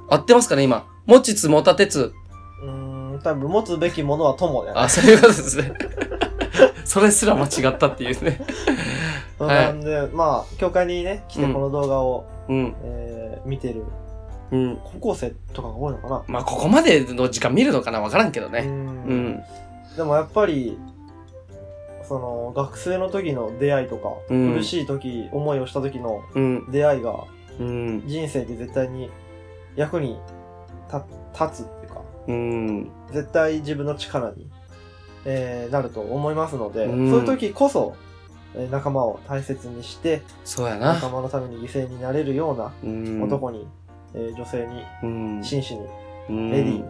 S1: 合ってますかね、今。持ちつ持たてつ。
S2: うーん、多分持つべきものは友だよね。
S1: あ、 そういうことですね。それすら間違ったっていうね。
S2: そう
S1: はい
S2: なんで、まあ、教会にね、来て
S1: うん
S2: この動画を、
S1: うん。
S2: えー見てる
S1: うん。
S2: 高校生とかが多いのかな。
S1: まあ、ここまでの時間見るのかなわからんけど
S2: う
S1: ね。
S2: ん
S1: うん。
S2: でもやっぱり、その、学生の時の出会いとか、
S1: うん
S2: 苦しい時、思いをした時の
S1: うん。
S2: 出会いが、
S1: うん。
S2: 人生で絶対に役に立立つっていうか、
S1: うん。
S2: 絶対自分の力に、えーなると思いますので、
S1: うん
S2: そういう時こそ、えー仲間を大切にして、
S1: そうや
S2: 仲
S1: な。
S2: 間のために犠牲になれるような
S1: うん。
S2: 男に、えー女性に、
S1: うん。
S2: 紳士に、
S1: うん
S2: レディーに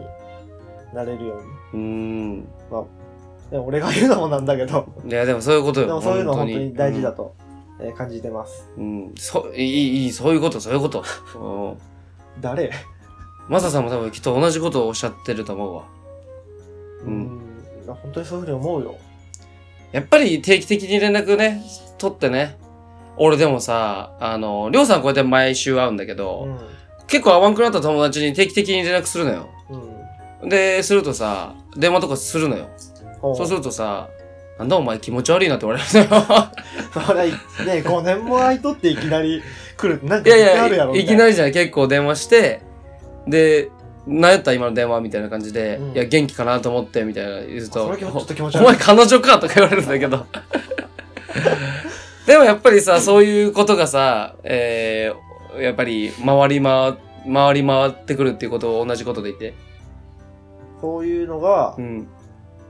S2: なれるように。
S1: うん。
S2: でも俺が言うのもなんだけど、
S1: いや、でもそういうこと
S2: で
S1: よ。
S2: もそういうのは本当に大事だと、えー感じてます。
S1: うん。うん。そう、いい、いい、そういうこと、そういう こと。うん
S2: 誰
S1: マサさんも多分きっと同じことをおっしゃってると思うわ。
S2: う
S1: うん
S2: ん。いや本当にそういうふうに思うよ。
S1: やっぱり定期的に連絡ね、取ってね。俺でもさ、あの、りょうさんこうやって毎週会うんだけど、
S2: うん。
S1: 結構会わんくなった友達に定期的に連絡するのよ。
S2: うん。
S1: で、するとさ、電話とかするのよ。
S2: お
S1: そうするとさ、なんだお前気持ち悪いなって言われる のよ。
S2: それ、ね、5年も空いとっていきなり 来るって、なん
S1: い
S2: か
S1: やい
S2: あるや
S1: や
S2: ろ
S1: い、いきなりじゃない結構電話して、で、何やった今の電話みたいな感じで、
S2: うん
S1: いや、元気かなと思って、みたいな言うと、
S2: それちょっと気持ち
S1: お
S2: 悪い。
S1: 前彼女かとか言われるんだけど。 でもやっぱりさ、そういうことがさ、えー、やっぱり回り回、回り回ってくるっていうことを同じことで言って。
S2: そういうのが
S1: う、ん。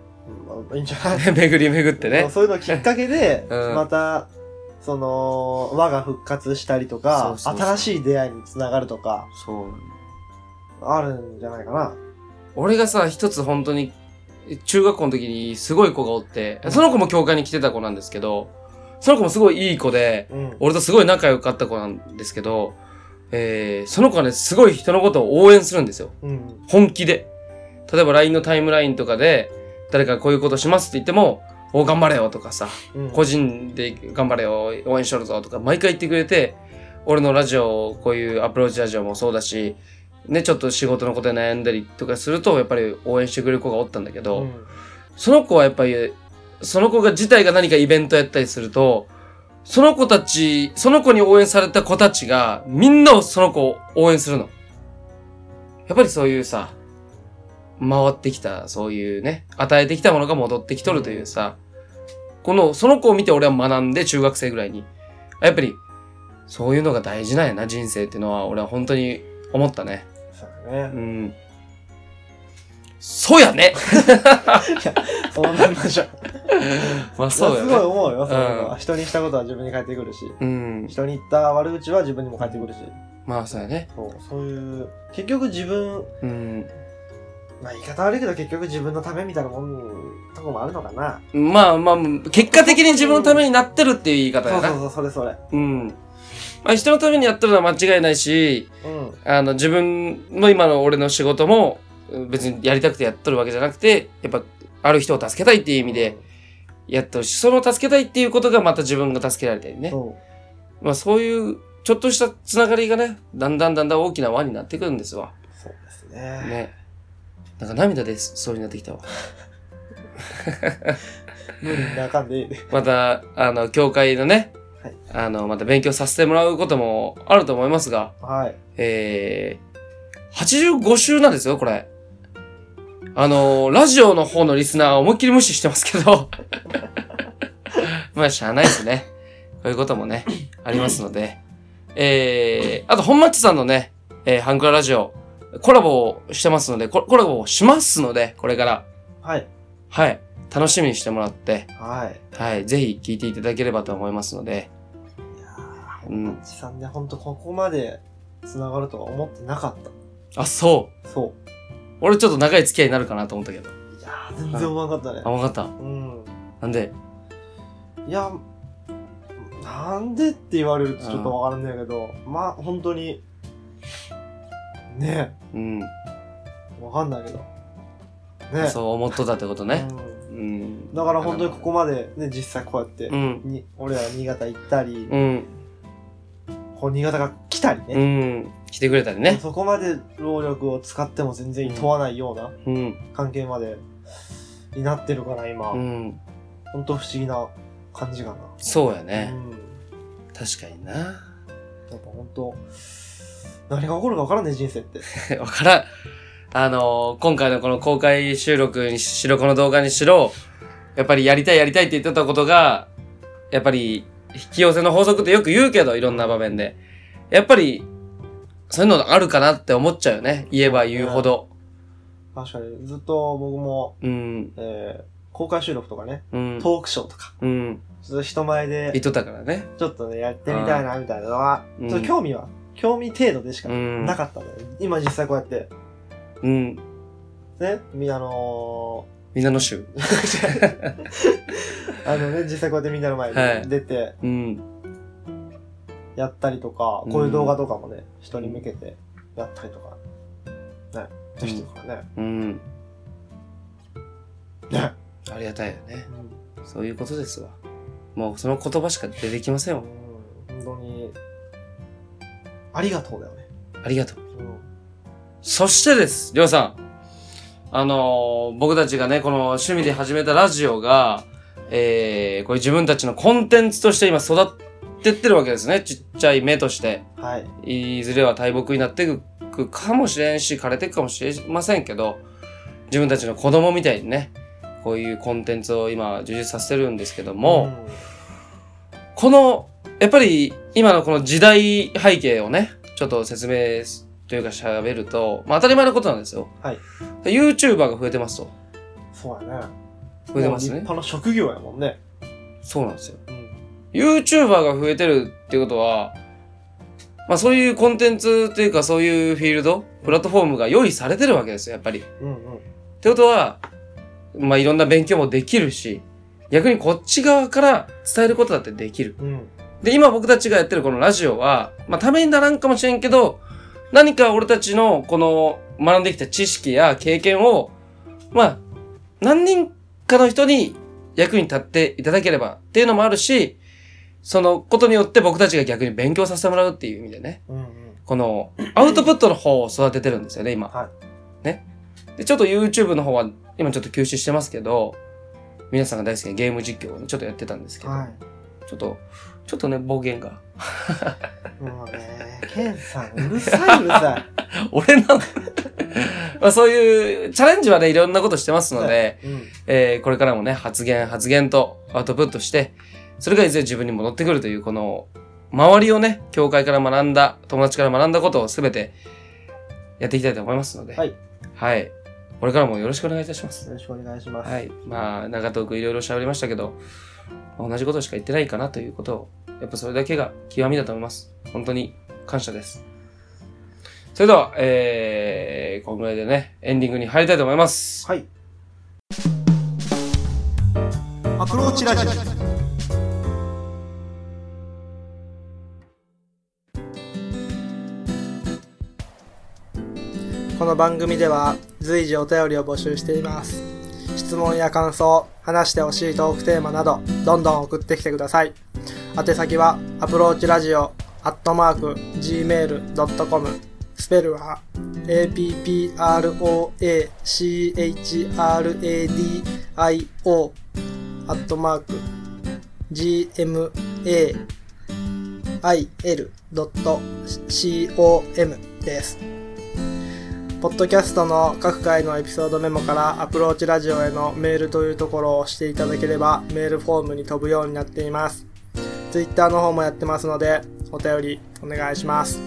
S2: まあいいんじゃない
S1: で巡り巡ってね。
S2: そういうのきっかけで、
S1: うん
S2: また、その、輪が復活したりとか、
S1: そうそうそう
S2: 新しい出会いにつながるとか、
S1: そう。
S2: あるんじゃないかな。
S1: 俺がさ、一つ本当に、中学校の時にすごい子がおって、その子も教会に来てた子なんですけど、その子もすごいいい子で、
S2: うん。
S1: 俺とすごい仲良かった子なんですけど、えー、その子はね、すごい人のことを応援するんですよ。
S2: うん。
S1: 本気で。例えば LINE のタイムラインとかで、誰かこういうことしますって言っても、お頑張れよとかさ、
S2: うん。
S1: 個人で頑張れよ、応援しとるぞとか、毎回言ってくれて、俺のラジオ、こういうアプローチラジオもそうだし、ね、ちょっと仕事のことで悩んだりとかすると、やっぱり応援してくれる子がおったんだけど、
S2: うん
S1: その子はやっぱり、その子が自体が何かイベントやったりすると、その子たち、その子に応援された子たちが、みんなをその子を応援するの。やっぱりそういうさ、回ってきた、そういうね、与えてきたものが戻ってきとるというさ、この、その子を見て俺は学んで、中学生ぐらいに。やっぱり、そういうのが大事なんやな、人生っていうのは、俺は本当に思ったね。
S2: そう
S1: う
S2: だね。
S1: ん。そうやね
S2: そうなんでしょ。
S1: まあ
S2: い や
S1: そうや
S2: す
S1: ね。
S2: ごい思うよ、そういうの
S1: う
S2: は。人にしたことは自分に返ってくるし、
S1: うん。
S2: 人に言った悪口は自分にも返ってくるし、
S1: まあ、そうやね。
S2: そう、そういう、結局自分、
S1: うん。
S2: まあ言い方悪いけど結局自分のためみたいなもん、とこもあるのかな。
S1: まあまあ、結果的に自分のためになってるっていう言い方
S2: そ
S1: や
S2: うそう
S1: な。
S2: そう、それそれ。
S1: うん。まあ、人のためにやってるのは間違いないし、
S2: うん。
S1: あの、自分の今の俺の仕事も、うん別にやりたくてやっとるわけじゃなくて、やっぱ、ある人を助けたいっていう意味でやっとるし、その助けたいっていうことがまた自分が助けられたり
S2: うん、
S1: ね。
S2: そう。
S1: まあ、そういう、ちょっとしたつながりがね、だんだんだんだん大きな輪になってくるんですわ。
S2: そうですね。
S1: ね。なんか涙でそうになってきたわ。
S2: 無理になかんでいい。
S1: また、あの、教会のね、
S2: はい
S1: あの、また勉強させてもらうこともあると思いますが、
S2: はい。
S1: えー、85週なんですよ、これ。あの、ラジオの方のリスナーは思いっきり無視してますけど、 まあ、しゃあないですね。こういうこともね、ありますので。えー、あと、本町さんのね、えー、ハンクララジオ、コラボをしてますので、ココラボをしますので、これから。
S2: はい。
S1: はい。楽しみにしてもらって、
S2: はい。
S1: はい、ぜひ聞いていただければと思いますので、
S2: いや
S1: う
S2: ー、
S1: ん
S2: マッチさんね、ほんとここまで繋がるとは思ってなかっ
S1: あ、そ。
S2: た。そう
S1: 俺ちょっと長い付き合いになるかなと思ったけど。
S2: う。いやー、全然思わなかった
S1: あ、
S2: ね。
S1: わかった。
S2: うん。
S1: なんで、
S2: いや、なんでって言われるとちょっとわからんねんけど、まあ、本当に、ね
S1: うん、
S2: え、わかんないけど。ねえ。
S1: そう思っとったってことね。
S2: うん
S1: うん。
S2: だから本当にここまで、ね、実際こうやって、
S1: うん。
S2: に俺ら新潟行ったり、
S1: うん。
S2: こう新潟が来たり
S1: う
S2: ね。
S1: ん。来てくれたりね。
S2: そこまで労力を使っても全然問わないような
S1: うん。
S2: 関係までになってるから今、
S1: うん。
S2: ほんと不思議な感じかな。
S1: そうや
S2: う
S1: ね。
S2: ん。
S1: 確かにな。
S2: やっぱほんと、何が起こるか分からんね、人生って。
S1: わからん。あのー今回のこの公開収録にしろ、この動画にしろ、やっぱりやりたいやりたいって言ってたことが、やっぱり引き寄せの法則ってよく言うけど、いろんな場面で。やっぱり、そういうのあるかなって思っちゃうよね。言えば言うほど。
S2: 確かに、ずっと僕も、
S1: うん、
S2: えー、公開収録とかね、
S1: うん、
S2: トークショーとか、
S1: うん。
S2: ちょっと人前
S1: 言
S2: で、
S1: っとったからね。
S2: ちょっとね、やってみたいな、みたいなのは、
S1: うん
S2: ちょっと興味は、興味程度でしか
S1: うん
S2: なかったんだよ、今実際こうやって、
S1: うん。
S2: ね、み、あの
S1: みんなの衆。
S2: ー、あのね、実際こうやってみんなの前
S1: はい
S2: に出て、
S1: うん。
S2: やったりとか、
S1: うん
S2: こういう動画とかもね、人に向けてやったりとか、ね、できてるからね。
S1: うん。
S2: ね。
S1: ありがたいよね。そういうことですわ。もうその言葉しか出てきませんよ。
S2: うん、本当に、ありがとうだよね。
S1: ありがとう。
S2: うん
S1: そしてです、りょうさん。あのー僕たちがね、この趣味で始めたラジオが、えー、これ自分たちのコンテンツとして今育ってってるわけですね。ちっちゃい芽として。
S2: はい。
S1: いずれは大木になっていくかもしれんし、枯れていくかもしれませんけど、自分たちの子供みたいにね、こういうコンテンツを今充実させてるんですけども、この、やっぱり今のこの時代背景をね、ちょっと説明すというか喋ると、まあ当たり前のことなんですよ。
S2: はい。
S1: YouTuber が増えてますと。
S2: うん、そうやね。
S1: 増えてます
S2: もう立
S1: ね。
S2: 派な職業やもんね。
S1: そうなんですよ。
S2: うん。
S1: YouTuber が増えてるってことは、まあそういうコンテンツっていうかそういうフィールド、プラットフォームが用意されてるわけですよ、やっぱり。っ
S2: うんうん。
S1: てことは、まあいろんな勉強もできるし、逆にこっち側から伝えることだってできる。
S2: うん。
S1: で、今僕たちがやってるこのラジオは、まあ、ためにならんかもしれんけど、何か俺たちのこの学んできた知識や経験を、まあ、何人かの人に役に立っていただければっていうのもあるし、そのことによって僕たちが逆に勉強させてもらうっていう意味でね、
S2: うんうん。
S1: この アウトプットの方を育ててるんですよね、今。
S2: は
S1: ね。で、ちょっと YouTube の方は今ちょっと休止してますけど、皆さんが大好きなゲーム実況をねちょっとやってたんですけど、
S2: はい。
S1: ちょっと、ちょっとね、暴言が。
S2: もうね、ケンさん、うるさいうるさい。
S1: 俺なのまあそういうチャレンジはね、いろんなことしてますので、
S2: うん。
S1: えーこれからもね、発言発言とアウトプットして、それがいずれ自分に戻ってくるという、この、周りをね、教会から学んだ、友達から学んだことをすべてやっていきたいと思いますので、
S2: はい。
S1: はい。これからもよろしくお願いいたします。
S2: よろしくお願いします。
S1: はい。まあ、長遠くいろいろ喋りましたけど、まあ同じことしか言ってないかなということを、やっぱそれだけが極みだと思います。本当に感謝です。それでは、えー、こんぐらいでね、エンディングに入りたいと思います。
S2: はい。アプローチラジオ。この番組では随時お便りを募集しています。質問や感想、話してほしいトークテーマなど、どんどん送ってきてください。宛先は、アプローチラジオ、アットマーク、gmail.com、スペルは、approachradio アットマーク gmail.com です。ポッドキャストの各回のエピソードメモからアプローチラジオへのメールというところを押していただければメールフォームに飛ぶようになっています。ツイッターの方もやってますのでお便りお願いします。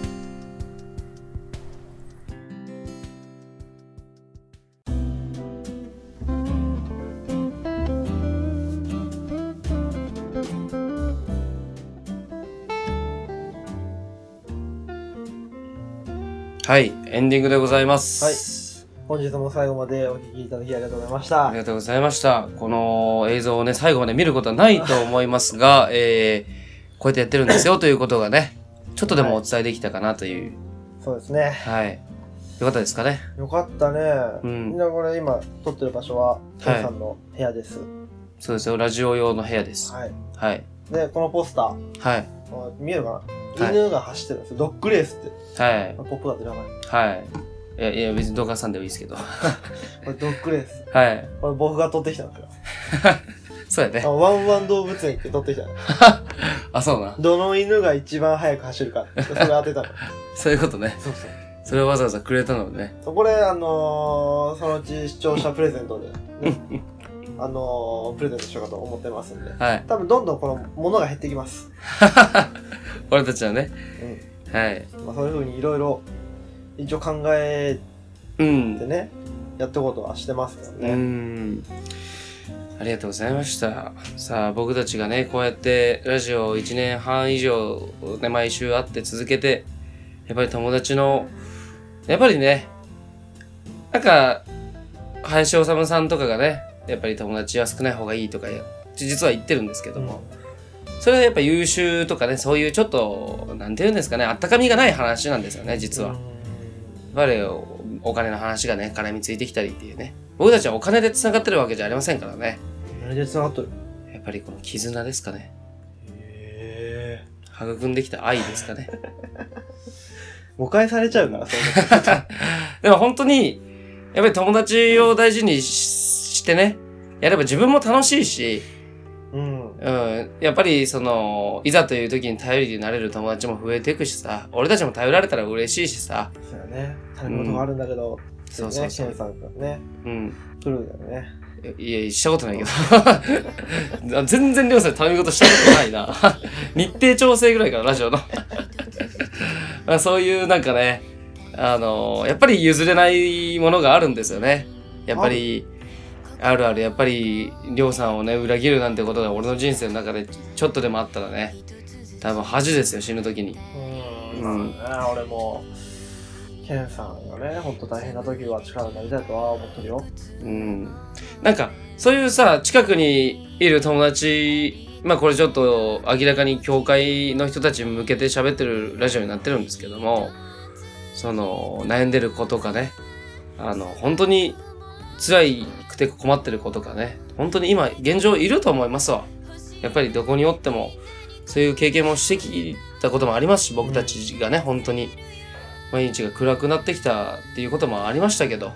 S1: はい。エンディングでございます。
S2: 本日も最後までお聞きいただきありがとうございまし
S1: あ
S2: た
S1: り。がとうございました。この映像をね、最後まで見ることはないと思いますが、 えー、こうやってやってるんですよということがね、ちょっとでもお伝えできたかなという。
S2: そうですね。
S1: はい。よかったですかね。
S2: よかったね。
S1: うん
S2: みんなこれ今撮ってる場所は、父さんの部屋です。
S1: そうですよ。ラジオ用の部屋です。
S2: はい。
S1: はい。
S2: で、このポスター、
S1: はい。
S2: あ見えるかな
S1: はい
S2: 犬が走ってるんですよ。ドッグレースって。
S1: はい
S2: ま。あポップだって名前。こ
S1: はい。いや、いや、別に動画さんでもいいですけど。
S2: れドッグレース。
S1: はい。
S2: これ僕が取ってきたんですよ。
S1: そうや
S2: あ
S1: ね。
S2: のワンワン動物園って取ってきたの。
S1: あ、そうな。
S2: どの犬が一番速く走るかって。それ当てたの。
S1: そういうことね。
S2: そうそう。
S1: それをわざわざくれたのね。
S2: そうこれあのー、そのうち視聴者プレゼン トで、ね、あのー、プレゼントしようかと思ってますんで
S1: はい。
S2: 多分どんどんこの物が減ってきます、
S1: 俺たちはね。はい。
S2: まあ、そういうふうにいろいろ一応考え
S1: う
S2: て
S1: ん。
S2: ねやってことはしてますから
S1: う
S2: ね、
S1: ん。ありがとうございました。さあ、僕たちがね、こうやってラジオを1年半以上、ね、毎週会って続けて、やっぱり友達の、やっぱりね、なんか、林修さんとかがね、やっぱり友達は少ない方がいいとか、実は言ってるんですけども、それはやっぱ優秀とかね、そういうちょっと、なんて言うんですかね、あったかみがない話なんですよね、実は。やっぱりおお金の話がね、絡みついてきたりっていうね。僕たちはお金で繋がってるわけじゃありませんからね。
S2: うん何で繋がっとる
S1: やっぱりこの絆ですかね。
S2: へえ
S1: 育んできた愛ですかね。
S2: 誤解されちゃうからそう いう
S1: でも本当に、やっぱり友達を大事にししてね、やれば自分も楽しいし、
S2: のうん
S1: うん、やっぱりその、いざという時に頼りになれる友達も増えていくしさ、俺たちも頼られたら嬉しいしさ、
S2: そうだね頼み事があるんだけど、ってね
S1: そうそうそう
S2: ケンさんがね
S1: うん、
S2: 来るんだよね
S1: いや、したことないけど。 全然りょうさん頼み事したことない な。日程調整ぐらいから、ラジオの。 まあそういうなんかね、あのやっぱり譲れないものがあるんですよね。やっぱり、あるある、やっぱり、りょうさんをね、裏切るなんてことが俺の人生の中でちょっとでもあったらね、多分恥ですよ、死ぬ時に。
S2: うん、
S1: うん
S2: まあね俺もケンさんがね本当大変な時は力になりたいとは思ってるよ
S1: うん。なんか、そういうさ、近くにいる友達、まあこれちょっと明らかに教会の人たちに向けて喋ってるラジオになってるんですけども、その、悩んでる子とかね、あの、本当に辛いくて困ってる子とかね、本当に今現状いると思いますわ。やっぱりどこにおっても、そういう経験もしてきたこともありますし、僕たちがね、本当に、毎日が暗くなってきたっていうこともありましたけど、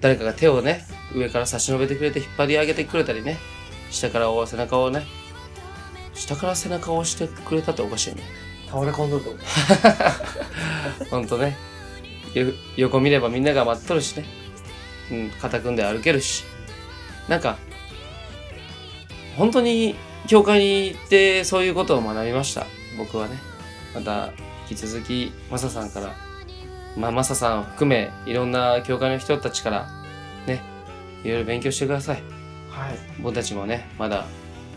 S1: 誰かが手をね上から差し伸べてくれて引っ張り上げてくれたりね下からお背中をね下から背中を押してくれたっておかしいね
S2: 倒れ込んどると思う
S1: ほんとねよ横見ればみんなが待っとるしねうん肩組んで歩けるしなんか本当に教会に行ってそういうことを学びました僕はねまた引き続きマサさんからまあマサさんを含めいろんな教会の人たちからねいろいろ勉強してください
S2: はい
S1: 僕たちもねまだ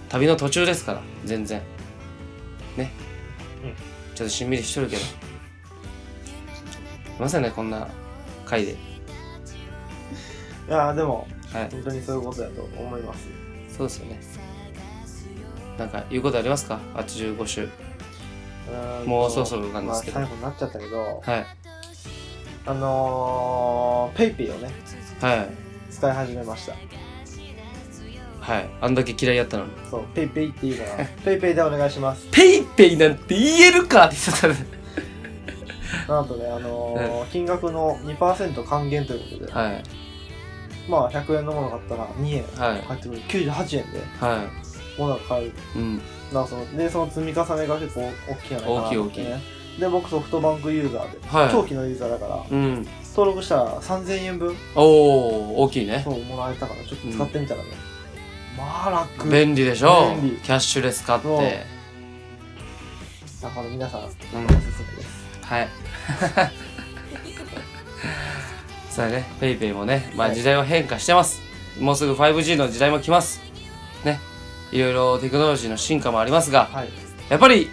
S1: 旅の途中ですから全然ね、
S2: うん
S1: ちょっとしんみりしとるけどまさにねこんな回で
S2: いやーでも
S1: はい
S2: 本当にそういうことだと思います
S1: そうですよねなんか言うことありますか85週もうそろそろなんですけど
S2: まあ、最後になっちゃったけど
S1: はい
S2: あのー、ペイペイをね
S1: はい
S2: 使い始めました
S1: はいあんだけ嫌いやったのに
S2: そうペイペイっていう のはペイペイでお願いします
S1: 「ペイペイなんて言えるか!」って言ってたね
S2: なんとねあのー金額の2%還元ということで、
S1: はい
S2: まあ100円のもの買ったら2円
S1: はい
S2: 入ってくる98円で
S1: は
S2: ものが買える
S1: いうん
S2: なんかそのでその積み重ねが結構大きいやないかな
S1: 大きい
S2: 大きいで僕ソフトバンクユーザーで、
S1: はい
S2: 長期のユーザーだから
S1: うん
S2: 登録したら3000円分
S1: おお大きいね
S2: そうもらえたからちょっと使ってみたらね、まあ楽
S1: 便利でしょ
S2: 便利
S1: キャッシュレス買って
S2: そうだから皆さん、おすすめです。
S1: はい。 さあね、ペイペイもね、まあ
S2: はい
S1: 時代は変化してます。もうすぐ 5G の時代も来ます。ね。いろいろテクノロジーの進化もありますが、
S2: はい。
S1: やっぱり、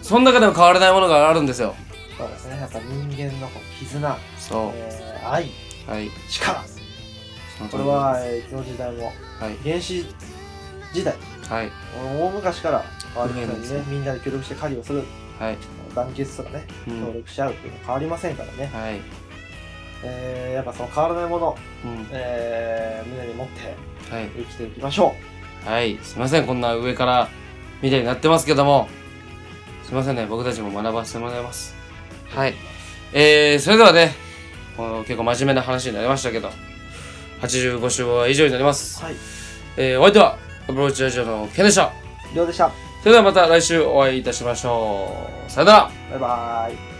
S1: その中でも変わらないものがあるんですよ。
S2: そうですね。やっぱ人間のこう絆、
S1: そ
S2: えー、愛、
S1: う。はい。
S2: 力。こ
S1: そ
S2: れ
S1: の
S2: は、えー、いつの時代も、
S1: 通り、はい。
S2: 原始時代、
S1: はい。
S2: 大昔から、我
S1: 不
S2: 々
S1: 変で
S2: に
S1: すね
S2: ね、みんなで協力して狩りをする、
S1: はい。
S2: 団結とかね、
S1: うん
S2: 協力し合うっていうのは変わりませんからね。
S1: はい。
S2: えー、やっぱその変わらないもの、
S1: うん。
S2: えー、胸に持って
S1: はい。
S2: 生きていきましょ
S1: はい。すいません、こんな上からみたいになってますけども、すいませんね。僕たちも学ばせてもらいます。はい。えー、それではね、この結構真面目な話になりましたけど、85週は以上になります。
S2: はい
S1: えー、お相手は、アプローチラジオのケンでした。
S2: りょうでした
S1: それではまた来週お会いいたしましょう。さよなら
S2: バイバーイ